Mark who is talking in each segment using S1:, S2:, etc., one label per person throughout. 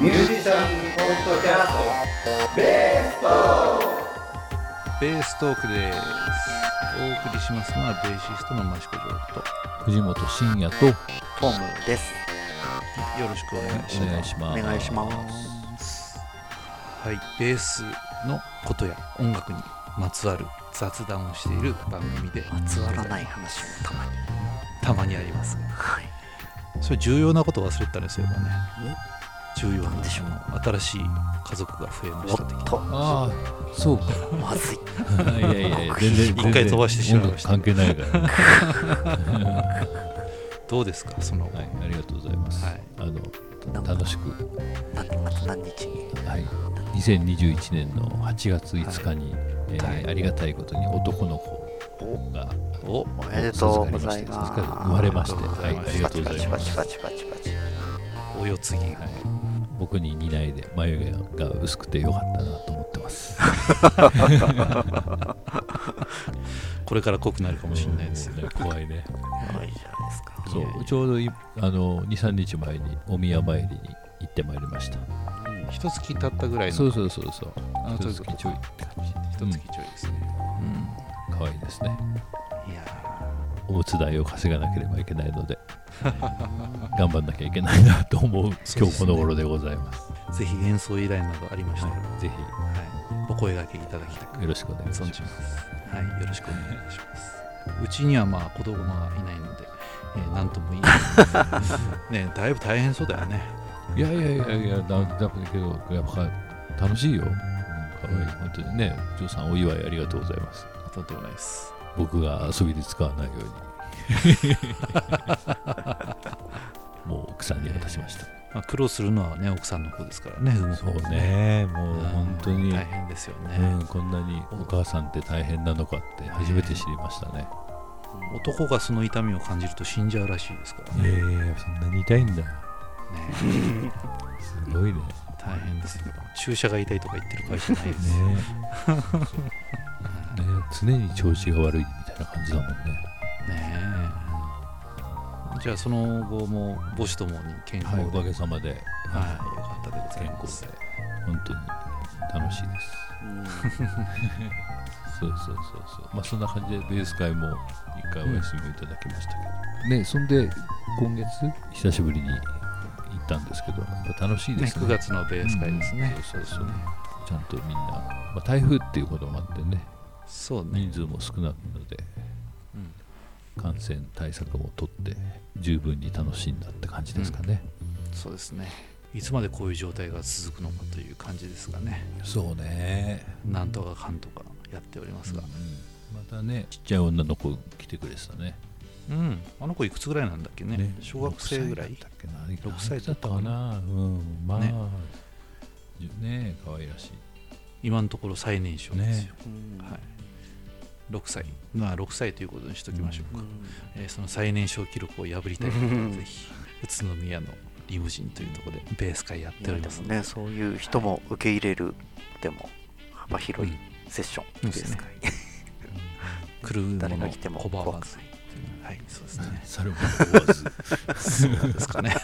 S1: ミュージシャンポッドキャストベースト
S2: ベーストークですお送りしますのはベーシストの益子城と
S3: 藤本慎也とよ
S4: トムです。
S2: よろしくお願いし
S3: お願
S2: ま
S3: い
S2: す
S3: しま
S4: お
S3: す
S4: 願いします
S2: はいベースのことや音楽にまつわる雑談をしている番組で
S4: まつわらない話もたまに。
S2: たまにあります
S4: はい。
S2: それ重要なこと忘れてたねそういえばね重要
S4: な
S2: なん
S4: でしょう
S2: 新しい家族が増えま
S4: お
S2: した的
S4: っ
S2: な
S4: と、
S3: ああそうか
S4: まずい。
S3: いやいやいや全然
S2: 一回飛ばしてしまいました
S3: 音楽関係ないから、ね、
S2: どうですかその、
S3: はいありがとうございます、
S2: はい
S3: あ
S4: なん
S3: の
S4: か
S3: 楽しく
S4: なんでまた何日に
S3: はい2021年の8月5日に、えー
S2: はい
S3: ありがたいことに男の子が
S2: お
S4: おめでとうござい
S3: 授
S4: ます。
S3: かり生まれまして
S2: ありがとうございます
S3: はいありがとうございます
S4: パチパチパチパチパチパチ。
S2: お世継ぎが、
S3: はい、僕に似ないで眉毛が薄くてよかったなと思ってます。
S2: これから濃くなるかもしれないですよね、
S3: ね。怖 いね。
S4: いいじゃないですか。
S3: そ
S2: いやいや
S3: うちょうどいあの2、3日前にお宮参りに行ってまいりました。
S2: 一月経ったぐらいの
S3: そうそうそうそう。
S2: あの
S3: 一
S2: 時
S3: 月ちょいって感じ。
S2: 一月ちょいですね、
S3: 可愛いですね。
S2: いや
S3: おむつ代を稼がなければいけないので、 頑張んなきゃいけないなと思う
S2: すね
S3: 今日この頃でございます。
S2: ーぜひ演奏依頼などありましたら、
S3: はい、ぜひ
S2: はい、お声掛けいただきたく
S3: よろしくお願いし
S2: 存
S3: ま
S2: じ
S3: す。
S2: ますはいよろしくお願いしますうちにはまあ子供がいないので、えー、なんともいい ねだいぶ大変そうだよね
S3: いやいやいやいや、だだけど、やっぱ楽しいよ。うん可愛い、本当にね、ジョーさん、お祝いありがとうございます。
S2: とんでもないです
S3: 僕が遊びで使わないように。 もう奥さんに渡しました。
S2: まあ、苦労するのはね奥さんの方ですからね産む
S3: そ
S2: 方
S3: うね、もうん本当に、
S2: 大変ですよね、
S3: うん、こんなにお母さんって大変なのかって初めて知りましたね。
S2: 男がその痛みを感じると死んじゃうらしいですからね
S3: ええそんなに痛いん
S2: ね
S3: だ。すごいね。ね
S2: 大変ですよ注射が痛いとか言ってる場合じゃないですよ、
S3: ね常に調子が悪いみたいな感じだもんね。
S2: ねえじゃあその後も母子ともに健康
S3: は
S2: で、は
S3: い、お
S2: い
S3: かげさまで。
S2: よかったでござい
S3: 健
S2: ま
S3: 康
S2: す
S3: で本当に楽しいです
S4: うん
S3: そうそうそうそうまあそんな感じでベース会も一回お休みをいただきましたけど、ねそんで今月久しぶりに行ったんですけどやっぱ楽しいで
S2: ね
S3: すね
S2: 9月のベース会ですね、
S3: うんそうそうそうちゃんとみんな、まあ、台風っていうこともあってね
S2: そうね
S3: 人数も少ないので
S2: うん
S3: 感染対策もとって十分に楽しんだって感じですかね、
S2: そうですねいつまでこういう状態が続くのかという感じですがね
S3: そうね
S2: なんとかかんとかやっておりますが
S3: またねちっちゃい女の子来てくれてたね
S2: うん、あの子いくつぐらいなんだっけね小学生ぐらい
S3: 6歳だったっけな
S2: 6歳だったか
S3: かなうんまあ
S2: ね
S3: ねえ可愛らし
S2: 今のところ最年少ですよ、
S4: うん
S2: はい、6歳まあ6歳ということにしときましょう
S4: う
S2: か、
S4: ん
S2: えーその最年少記録を破りたい方はぜひ宇都宮のリムジンというところでベース会やっておりま
S4: でも
S2: す
S4: ね、そういう人も受け入れる、でも幅広い
S2: うん
S4: セッション
S2: そう
S4: で
S2: ですすね
S4: から
S2: 来る
S4: 誰
S2: も
S4: が
S2: の
S4: 来ても
S2: 拒
S4: 怖
S2: ま
S4: く
S2: ず
S4: ない。
S2: はいそうです
S3: い
S2: ね
S3: 猿も追わず
S2: そうですかね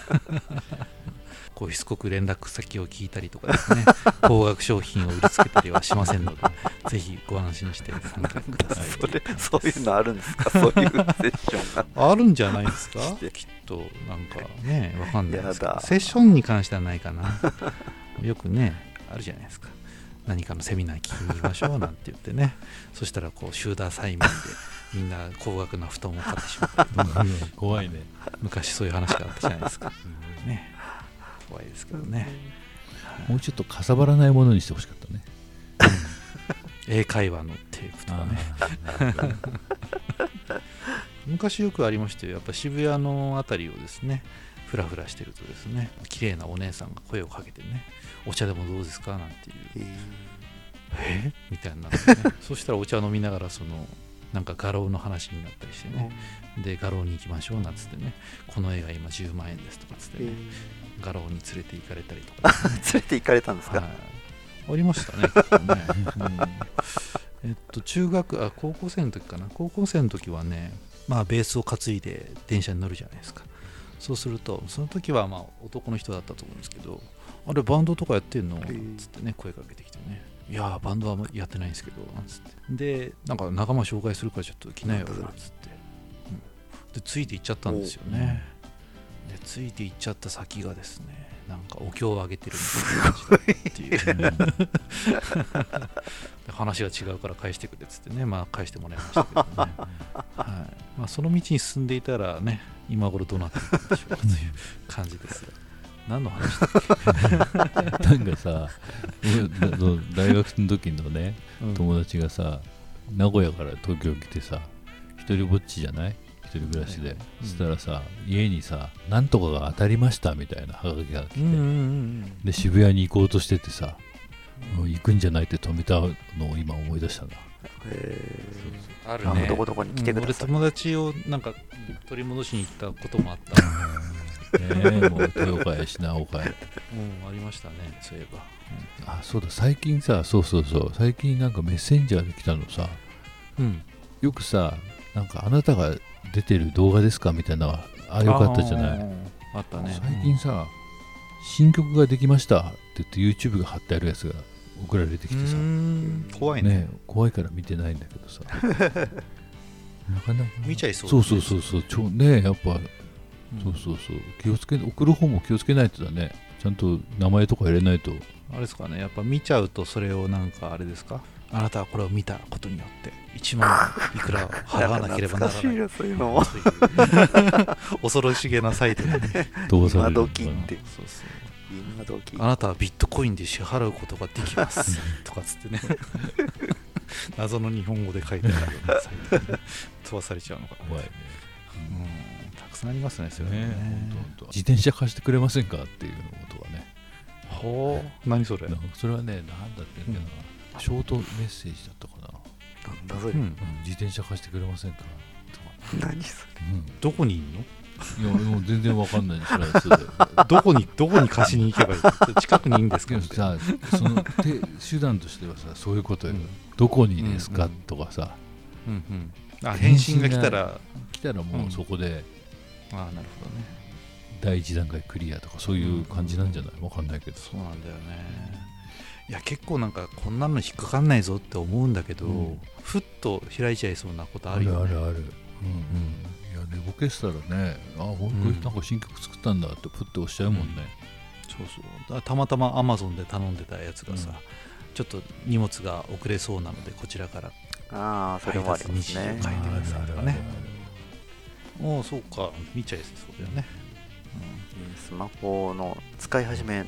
S2: こうしつこく連絡先を聞いたりとかです ね高額商品を売りつけたりはしませんのでぜひご安心して参加ください
S4: それそういうのあるんですかそういうセッションが
S2: あるんじゃない ですか
S4: して
S2: きっとなんかねわかんないですけ
S4: や
S2: ど
S4: だ
S2: セッションに関してはないかなよくねあるじゃないですか何かのセミナー聞きに行きましょうなんて言ってねそしたらこう集団催眠でみんな高額な布団を買ってしまったりとか
S3: 怖いね
S2: 昔そういう話があったじゃないですかね怖いですけどね
S3: もうちょっとかさばらないものにしてほしかったね
S2: 英会話のテープとかね昔よくありましたよやっぱ渋谷の辺りをですねふらふらしてるとですね綺麗なお姉さんが声をかけてね「お茶でもどうですか?」なんていうえみたいになってね そしたらお茶飲みながらそのなんか画廊の話になったりしてね、で画廊に行きましょうなんつってねこの映画今10万円ですとかつってね、画廊に連れて行かれたりとか、
S4: 連れて行かれたんです
S2: は
S4: か
S2: い、ありましたね結構ね
S3: う
S2: えっと中学あ高校生の時かな高校生の時はねまあベースを担いで電車に乗るじゃないですかそうするとその時はまあ男の人だったと思うんですけどあれバンドとかやってんの?」
S4: ー
S2: つってね声かけてきてね「いやーバンドはあんまやってないんですけど」つってでなんか仲間紹介するからちょっと来なよ
S4: う
S2: つっ
S4: ん
S2: て、うんでついていっちゃったんですよねでついていっちゃった先がですねなんかお経をあげてるみたいな感じだっていうで 話が違うから返してくれっつってねまあ返してもらいましたけどね、はいまあ、その道に進んでいたらね今頃どうなってるんでしょうかという感じですが何の話だっけ、
S3: なんかさ俺あの大学の時のね
S2: うん
S3: 友達がさ名古屋から東京来てさ一人ぼっちじゃない一人暮らし
S2: は
S3: で
S2: い
S3: そしたらさ家にさ「なんとかが当たりました」みたいなハガキが来て、
S2: うんうんうん
S3: で渋谷に行こうとしててさもう行くんじゃないって止めたのを今思い出したんだ
S4: え
S2: ある
S4: ー
S2: ね
S4: どこどこに来てください、
S2: うん俺友達をなんか取り戻しに行ったこともあった、
S3: ね えもう豊岡や品岡や
S2: うん、ありましたねそういえば、
S3: あそうだ最近さそうそうそう最近なんかメッセンジャーで来たのさ
S2: うん、
S3: よくさなんかあなたが出てる動画ですかみたいなのがあよかったじゃない
S2: あーあったね
S3: 最近さ、新曲ができましたって言って YouTube が貼ってあるやつが送られてき
S2: う
S3: てさ、
S2: ん怖いね
S3: ね、怖いから見てないんだけどさなかなか
S2: 見ちゃいそうだ
S3: そ
S2: ね
S3: うそうそうそうちょねやっぱ、
S2: ん
S3: そうそうそう気をつけ送る方も気をつけないとだねちゃんと名前とか入れないと
S2: あれですかねやっぱ見ちゃうとそれをなんかあれですかあなたはこれを見たことによって1万いくら払わなければならない
S4: 懐かしいなそういうの も
S2: そういう恐ろしげなサイトでね
S3: 飛ばさ
S4: 今
S3: れるのか
S4: 時って
S2: そうそう
S4: 今時
S2: あなたはビットコインで支払うことができます とかつってね謎の日本語で書いてあるようなサイトに飛ばされちゃうのかな
S3: 怖いね
S2: うんたくさんありますねそれは
S3: ね
S2: ね
S3: ほんとほんと自転車貸してくれませんかっていうのとかね
S2: ほう何それ
S3: なんかそれはねなんだって言うんだよな、ショートメッセージだったかな
S4: なんだそれ、
S2: うん
S3: うん自転車貸してくれませんかとか、
S4: 何そ
S2: どこにいんの
S3: いやもう全然わかんない 知らないですけ
S2: どこ にどこに貸しに行けばいいの近くにいいんですけど
S3: どさその手手段としてはさそういうことよ、どこにですか、
S2: うんうん
S3: とかさ
S2: うんうん、あ返信が来たら
S3: 来たらもうそこで
S2: ああなるほどね
S3: 第一段階クリアとかそういう感じなんじゃないわかんないけど
S2: そうなんだよねいや結構なんかこんなの引っかかんないぞって思うんだけど、
S3: うん
S2: ふっと開いちゃいそうなことあ
S3: あ
S2: る
S3: る
S2: よ、ね、
S3: あるあるうんいや寝ぼけしたらねあほんとになんか新曲作ったんだってプッて押しちゃうもんね、
S2: そうそうだからたまたまアマゾンで頼んでたやつがさ、
S3: うん
S2: ちょっと荷物が遅れそうなのでこちらから
S4: れああそれもあります
S2: 配
S4: ね
S2: 達日誌とか
S3: あるあるあるある
S2: おおそうか見ちゃいそうだよね、
S4: うんスマホの使い始めの、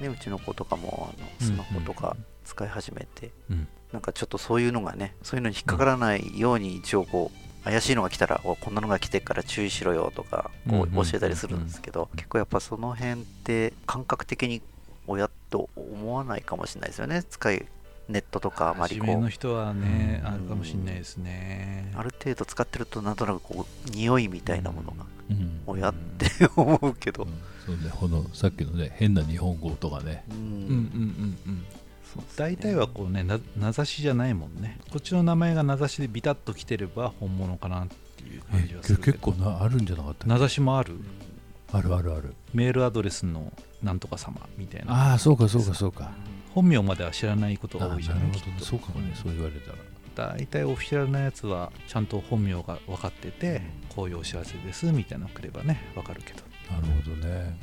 S4: ね、うちの子とかもあのスマホとか使い始めて、
S2: うん
S4: なんかちょっとそういうのがねそういうのに引っかからないように一応こう怪しいのが来たらおこんなのが来てるから注意しろよとかこ
S2: うんうん
S4: う教えたりするんですけど、結構やっぱその辺って感覚的に親と思わないかもしれないですよね使いネットとかあまり
S2: 初
S4: こ
S2: めの
S4: う
S2: 人はね、
S3: うん
S2: あるかもしれないですね
S4: ある程度使ってるとなんとなくこう匂いみたいなものが
S3: うん
S4: 親って 思うけど、
S3: そうねこのさっきのね変な日本語とかね
S4: う
S2: うんう
S4: ん
S2: んうんうん
S4: そうですね
S2: 大体はこうねな名指しじゃないもんねこっちの名前が名指しでビタッと来てれば本物かなっていう感じはするけ
S3: 結
S2: ど
S3: 構なあるんじゃなかったっ
S2: 名指しもある
S3: けあるあるある
S2: メールアドレスのなんとか様みたいな
S3: ああそうかそうかそうか
S2: 本名までは知らないこと
S3: あ
S2: が
S3: な
S2: 多い
S3: る
S2: じゃない
S3: ほ
S2: き
S3: ど
S2: っ
S3: ね
S2: と
S3: そうかもねそう言われたら
S2: 大体オフィシャルなやつはちゃんと本名が分かっててこういうお知らせですみたいなの来ればね分かるけど、
S3: なるほどね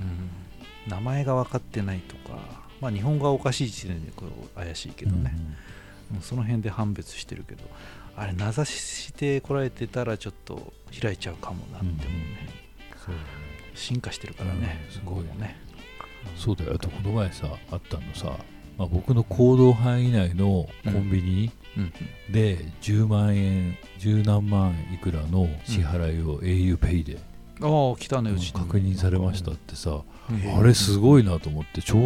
S2: 名前が分かってないとかまあ日本語がおかしい時点でこう怪しいけどね、うんその辺で判別してるけどあれ名指ししてこられてたらちょっと開いちゃうかもなって思うね、
S3: そうだね
S2: 進化してるからね、
S3: うんす
S2: 向
S3: ごい
S2: こうもね
S3: そうだよあとこの前さあったのさまあ僕の行動範囲内のコンビニ
S2: うん
S3: で10万円十何万いくらの支払いを auPay で
S2: ああ来たねうちにも
S3: 確認されましたってさ
S2: うん
S3: あれすごいなと思って超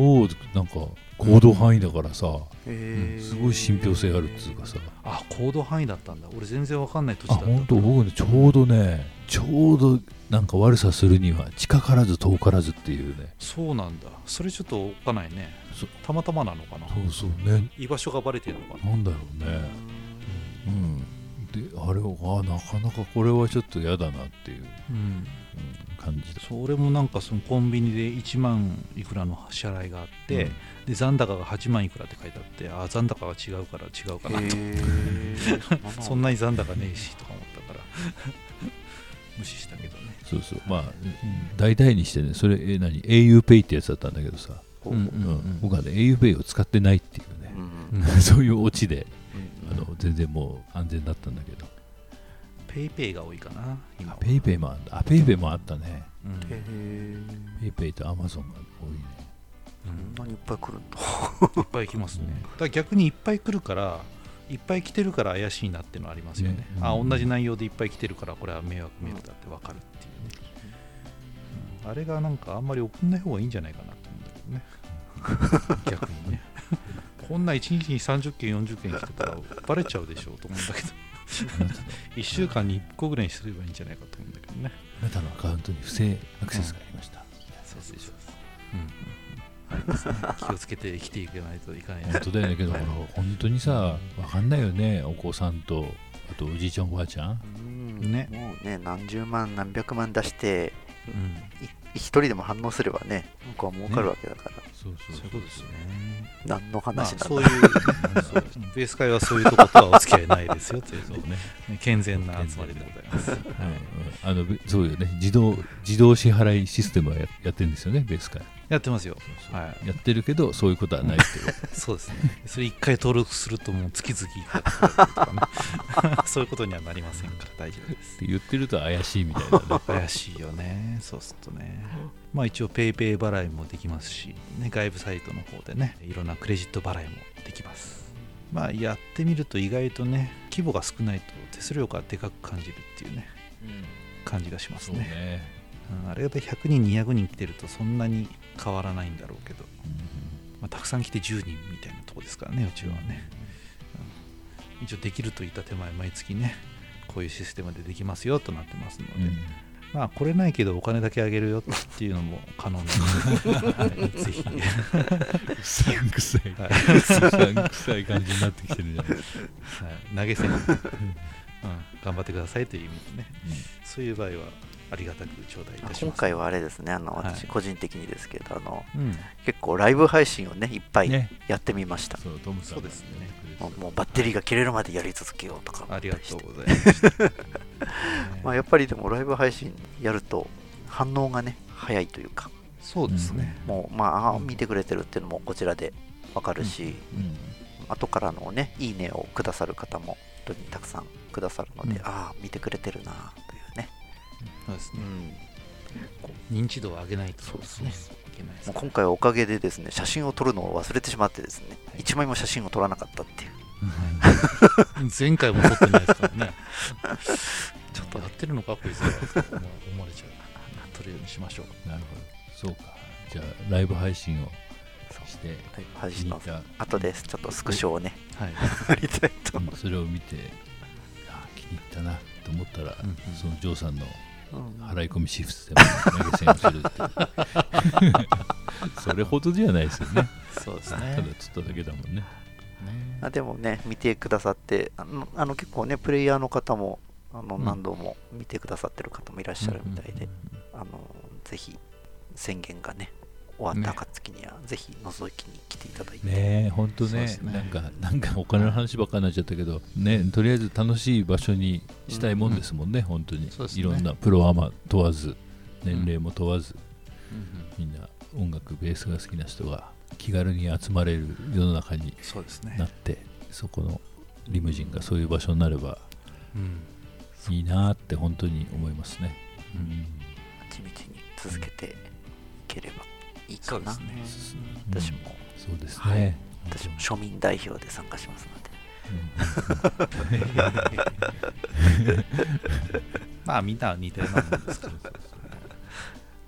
S3: なんか行動範囲だからさ
S4: へー
S3: すごい信憑性あるっつうかさ
S2: あ行動範囲だったんだ俺全然分かんない土地
S3: あ
S2: だった
S3: 本当僕ねちょうどねちょうどなんか悪さするには近からず遠からずっていうね
S2: そうなんだそれちょっとおっかないね
S3: そ
S2: たまたまなのかな
S3: そうそうね
S2: 居場所がバレてるのかな
S3: なんだろうねうんであれをあなかなかこれはちょっと嫌だなっていう、
S2: うん
S3: うん感じだ
S2: それもなんかそのコンビニで1万いくらの支払いがあって、
S3: うん
S2: で残高が8万いくらって書いてあってあー残高が違うから違うかなと、
S4: ー
S2: そんなに残高ねえしとか思ったから 無視したけどね
S3: そうそうまあ大々にしてねそれえ何 auPay ってやつだったんだけどさ、
S4: ほ
S2: う
S4: うんほう
S2: うん
S3: うん僕はね auPay を使ってないっていう
S4: う
S3: ね、
S4: ん
S3: そういうオチで
S4: うん
S3: あの全然もう安全だったんだけど
S2: ペイペイが多いかな今は
S3: PayPay もあったあ PayPay もあったね
S2: うん
S4: へー
S3: PayPay と Amazon が多いね
S2: うん
S4: こんなにいっぱい来るんだ
S2: いっぱい来ますねだから逆にいっぱい来るからいっぱい来てるから怪しいなっていうのはありますよね
S3: ね
S2: あ
S3: うん
S2: 同じ内容でいっぱい来てるからこれは迷惑メールだって分かるっていうね、うんあれがなんかあんまり送んない方がいいんじゃないかなと思 うんだけどね逆にねこんな1日に30件40件来てたらバレちゃうでしょうと思うんだ けど1週間に1個ぐらいにすればいいんじゃないかと思うんだけどね
S3: あなたのアカウントに不正アクセスがありました、
S2: そうそうそううん、ありますね 気をつけて生きていかないといかないです
S3: 本当だよねけどほら本当にさ分かんないよねお子さんとあとおじいちゃんおばあちゃん
S4: うん
S2: ね
S4: もうね何十万何百万出して
S2: うん
S4: い一人でも反応すればね向こうは儲かるわけだから、
S3: そう
S2: そういうことですよね。
S4: 何
S2: ま
S4: の
S2: あ、
S4: 話なんだ、
S2: そういう、そうベース会はそういうとことはお付き合いないですよという
S3: そ
S2: の
S3: うね、
S2: 健全な集まりでございます。
S3: うんうんあのべそうよね自動自動支払いシステムはややってるんですよねベースから
S2: やってますよ。は
S3: やってるけどそういうことはないっていう
S2: い、そうですね。それ一回登録するともう月々いくらかかるとかね、 そういうことにはなりませんから大丈夫です。
S3: って言ってると怪しいみたいなね
S2: 怪しいよね、そうするとね。まあ一応ペイペイ払いもできますし、ね、外部サイトの方でね、いろんなクレジット払いもできます。まあやってみると意外とね、規模が少ないと手数料がでかく感じるっていうね、感じがします
S3: そう
S2: ね。
S3: ね、
S2: うんあれで100人200人来てるとそんなに変わらないんだろうけど、
S3: うん
S2: まあ、たくさん来て10人みたいなとこですからねうちはね、うん一応できると言った手前毎月ねこういうシステムでできますよとなってますので、まあ来れないけどお金だけあげるよっていうのも可能なの で、はいぜひ、は
S3: うさんくさい
S2: はいう
S3: さんくさい感じになってきてるじゃない
S2: い、投げ銭、うん、頑張ってくださいという意味でねそういう場合はありがたく頂戴いたし
S4: 今
S2: ます
S4: 回はあれですねあの
S2: はい
S4: 私個人的にですけど、あの
S2: うん、
S4: 結構ライブ配信をねいっぱい
S3: ね
S4: やってみました、
S3: そうトムさん
S2: そうですね
S4: もうもうバッテリーが切れるまでやり続けようとか
S2: ありがと
S4: して
S2: うございました、
S4: まあ、やっぱりでもライブ配信やると反応がね早いというか
S2: そうですね、
S4: もうまああー
S2: うん
S4: 見てくれてるっていうのもこちらでわかるし、
S3: うん
S4: 後からのねいいねをくださる方も本当にたくさんくださるので、
S2: うん
S4: ああ見てくれてるなというね、
S2: そうです
S4: う
S2: ね
S4: ん、
S2: 認知度を上げないと
S4: そうです
S2: ね
S4: ね
S2: いけないです
S4: もう
S2: か
S4: 今回はおかげでですね写真を撮るのを忘れてしまってですね一枚も写真を撮らなかったっていう
S2: ら前回も撮ってないですからね ちょっとやってるのかこいつらって思思われちゃう撮るようにしましょう
S3: なるほどそうかじゃあライブ配信をして
S4: ライブ配信の
S3: 見た
S4: 後ですちょっとスクショをね
S2: はい
S4: 撮りたいと
S3: うんそれを見てあー気に入ったなと思ったら、
S2: うんうん
S3: そのジョーさんの
S4: うん
S3: 払い込みシステムで投げ銭をするっていうそれほどじゃないですよね
S2: そうです
S3: た
S2: ね
S3: だ釣っただけだもんね
S4: あでもね見てくださってあのあの結構ねプレイヤーの方もあの
S2: うん
S4: 何度も見てくださってる方もいらっしゃるみたいで、あのぜひ宣言がね終わった暁には、ぜひ覗きに来ていただいて、
S3: ねえ本当
S2: そうで
S3: ね
S2: すね
S3: なんかなんかお金の話ばっかになっちゃったけどねとりあえず楽しい場所にしたいもんですもんね、本当に、
S2: そうですね
S3: いろんなプロアマ問わず年齢も問わず、
S2: うんうん
S3: みんな音楽ベースが好きな人が気軽に集まれる世の中に
S2: そうです
S3: な
S2: ね
S3: っ、てそこのリムジンがそういう場所になれば
S2: うん
S3: いいなって本当に思いますね、
S2: うん
S4: 地道に続けていければいい
S2: そ
S4: か
S2: うで
S4: な、
S2: すね
S4: 私も、
S3: そうですね、
S4: はい私も庶民代表で参加しますので
S2: まあみんなは似たようなもんですから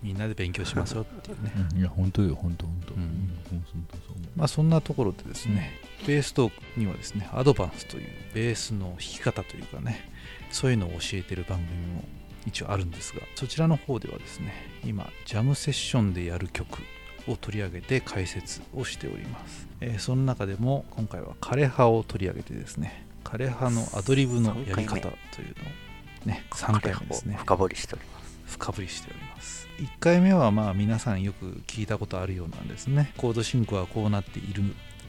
S2: みんなで勉強しましょうっていうね
S3: うんいや本当よ本当本当、
S2: うん
S3: うん本当そう思
S2: まあそんなところでですね、ベーストークにはですね、アドバンスというベースの弾き方というかね、そういうのを教えてる番組も一応あるんですが、そちらの方ではですね、今、ジャムセッションでやる曲を取り上げて解説をしております。えーその中でも今回は枯葉を取り上げてですね、枯葉のアドリブのやり
S4: 三回
S2: 方というのをね、3回目ですね。
S4: 深掘りしております
S2: 深掘りしております1回目はまあ皆さんよく聞いたことあるようなんですねコード進行はこうなっている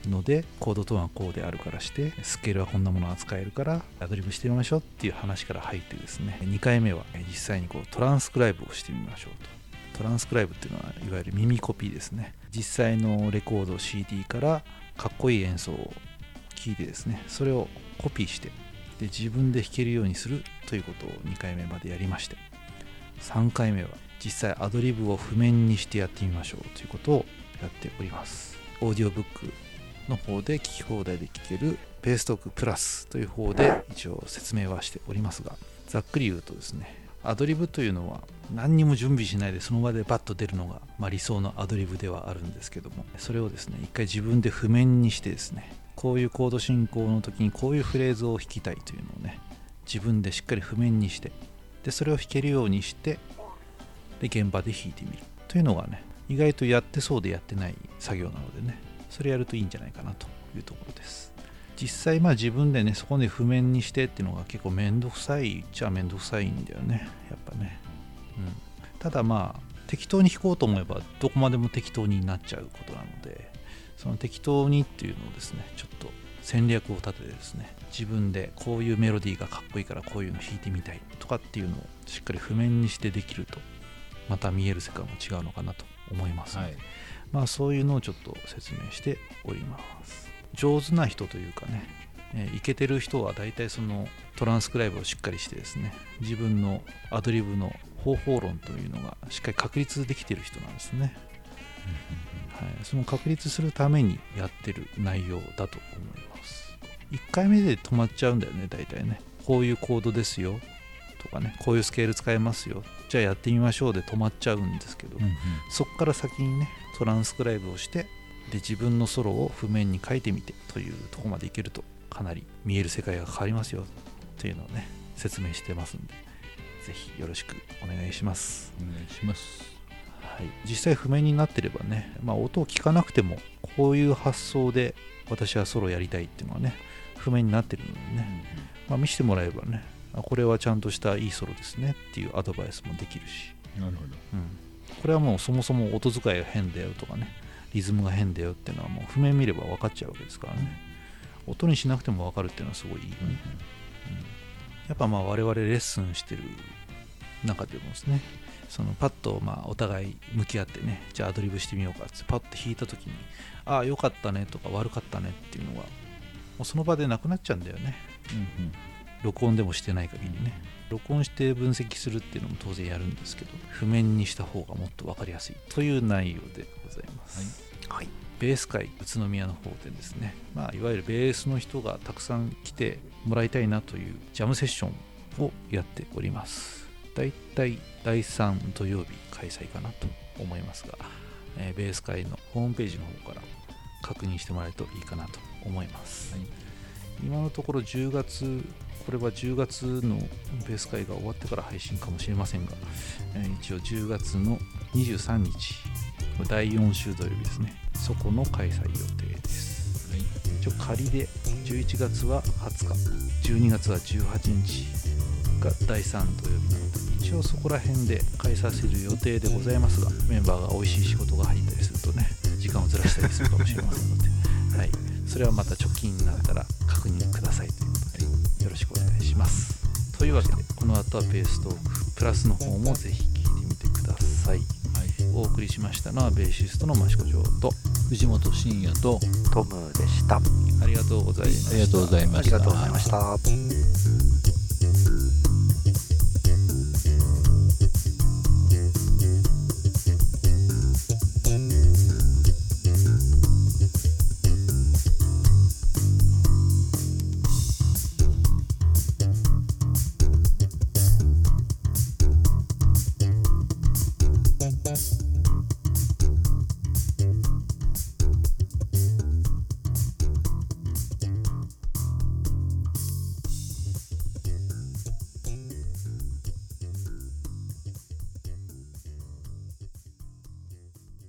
S2: のでコードとはこうであるからしてスケールはこんなものを扱えるからアドリブしてみましょうっていう話から入ってですね2回目はえ実際にこうトランスクライブをしてみましょうとトランスクライブっていうのはいわゆる耳コピーですね実際のレコード CD からかっこいい演奏を聞いてですねそれをコピーしてで自分で弾けるようにするということを2回目までやりまして3回目は実際アドリブを譜面にしてやってみましょうということをやっておりますオーディオブックの方で聞き放題で聞けるベーストークプラスという方で一応説明はしておりますがざっくり言うとですねアドリブというのは何にも準備しないでその場でバッと出るのが、まあ、理想のアドリブではあるんですけどもそれをですね一回自分で譜面にしてですねこういうコード進行の時にこういうフレーズを弾きたいというのをね自分でしっかり譜面にしてでそれを弾けるようにしてで現場で弾いてみるというのがね意外とやってそうでやってない作業なのでねそれやるといいんじゃないかなというところです実際まあ自分でねそこで譜面にしてっていうのが結構めんどくさいっちゃめんどくさいんだよねやっぱね、うん、ただまあ適当に弾こうと思えばどこまでも適当になっちゃうことなのでその適当にっていうのをですねちょっと戦略を立ててですね自分でこういうメロディーがかっこいいからこういうの弾いてみたいとかっていうのをしっかり譜面にしてできるとまた見える世界も違うのかなと思いますので、
S3: はい
S2: まあそういうのをちょっと説明しております上手な人というかねえーイケてる人は大体そのトランスクライブをしっかりしてですね自分のアドリブの方法論というのがしっかり確立できてる人なんですね、はい、その確立するためにやってる内容だと思います1回目で止まっちゃうんだよね大体ねこういうコードですよとかねこういうスケール使えますよじゃあやってみましょうで止まっちゃうんですけど、
S3: うんうん
S2: そこから先にねトランスクライブをしてで自分のソロを譜面に書いてみてというとこまでいけるとかなり見える世界が変わりますよというのをね説明してますんでぜひよろしくお願いします、
S3: お願いします
S2: はい、実際譜面になってればね、まあ、音を聞かなくてもこういう発想で私はソロやりたいっていうのはね譜面になってるのでね、まあ、見せてもらえばねあこれはちゃんとしたいいソロですねっていうアドバイスもできるし
S3: なるほど
S2: うん、これはもうそもそも音遣いが変だよとかねリズムが変だよっていうのはもう譜面見れば分かっちゃうわけですからね音にしなくても分かるっていうのはすごいいいよね、うんやっぱまあ我々レッスンしてる中でもですねそのパッとまあお互い向き合ってねじゃあアドリブしてみようかってパッと弾いた時にああ良かったねとか悪かったねっていうのがもうその場でなくなっちゃうんだよね
S3: うんうん
S2: 録音でもしてない限りね録音して分析するっていうのも当然やるんですけど譜面にした方がもっと分かりやすいという内容でございます、
S4: はい
S2: ベース界宇都宮の方でですね、まあ、いわゆるベースの人がたくさん来てもらいたいなというジャムセッションをやっておりますだいたい第3土曜日開催かなと思いますが、えーベース界のホームページの方から確認してもらえるといいかなと思います、
S3: はい
S2: 今のところ10月これは10月のベース会が終わってから配信かもしれませんが、えー一応10月の23日第4週土曜日ですねそこの開催予定です
S3: はい
S2: 一応仮で11月は20日12月は18日が第3土曜日なので一応そこら辺で開催する予定でございますがメンバーが美味しい仕事が入ったりするとね時間をずらしたりするかもしれませんので、はい、それはまた貯金になったら確認くださいということで、よろしくお願いしますというわけでこの後はベーストークプラスの方もぜひ聞いてみてください
S3: はい
S2: お送りしましたのはベーシストの益子城と
S3: 藤本慎也と
S4: トムでした
S2: ありがとうございました
S3: ありがとうございま
S4: あ
S3: し
S4: り
S3: た
S4: がとうございました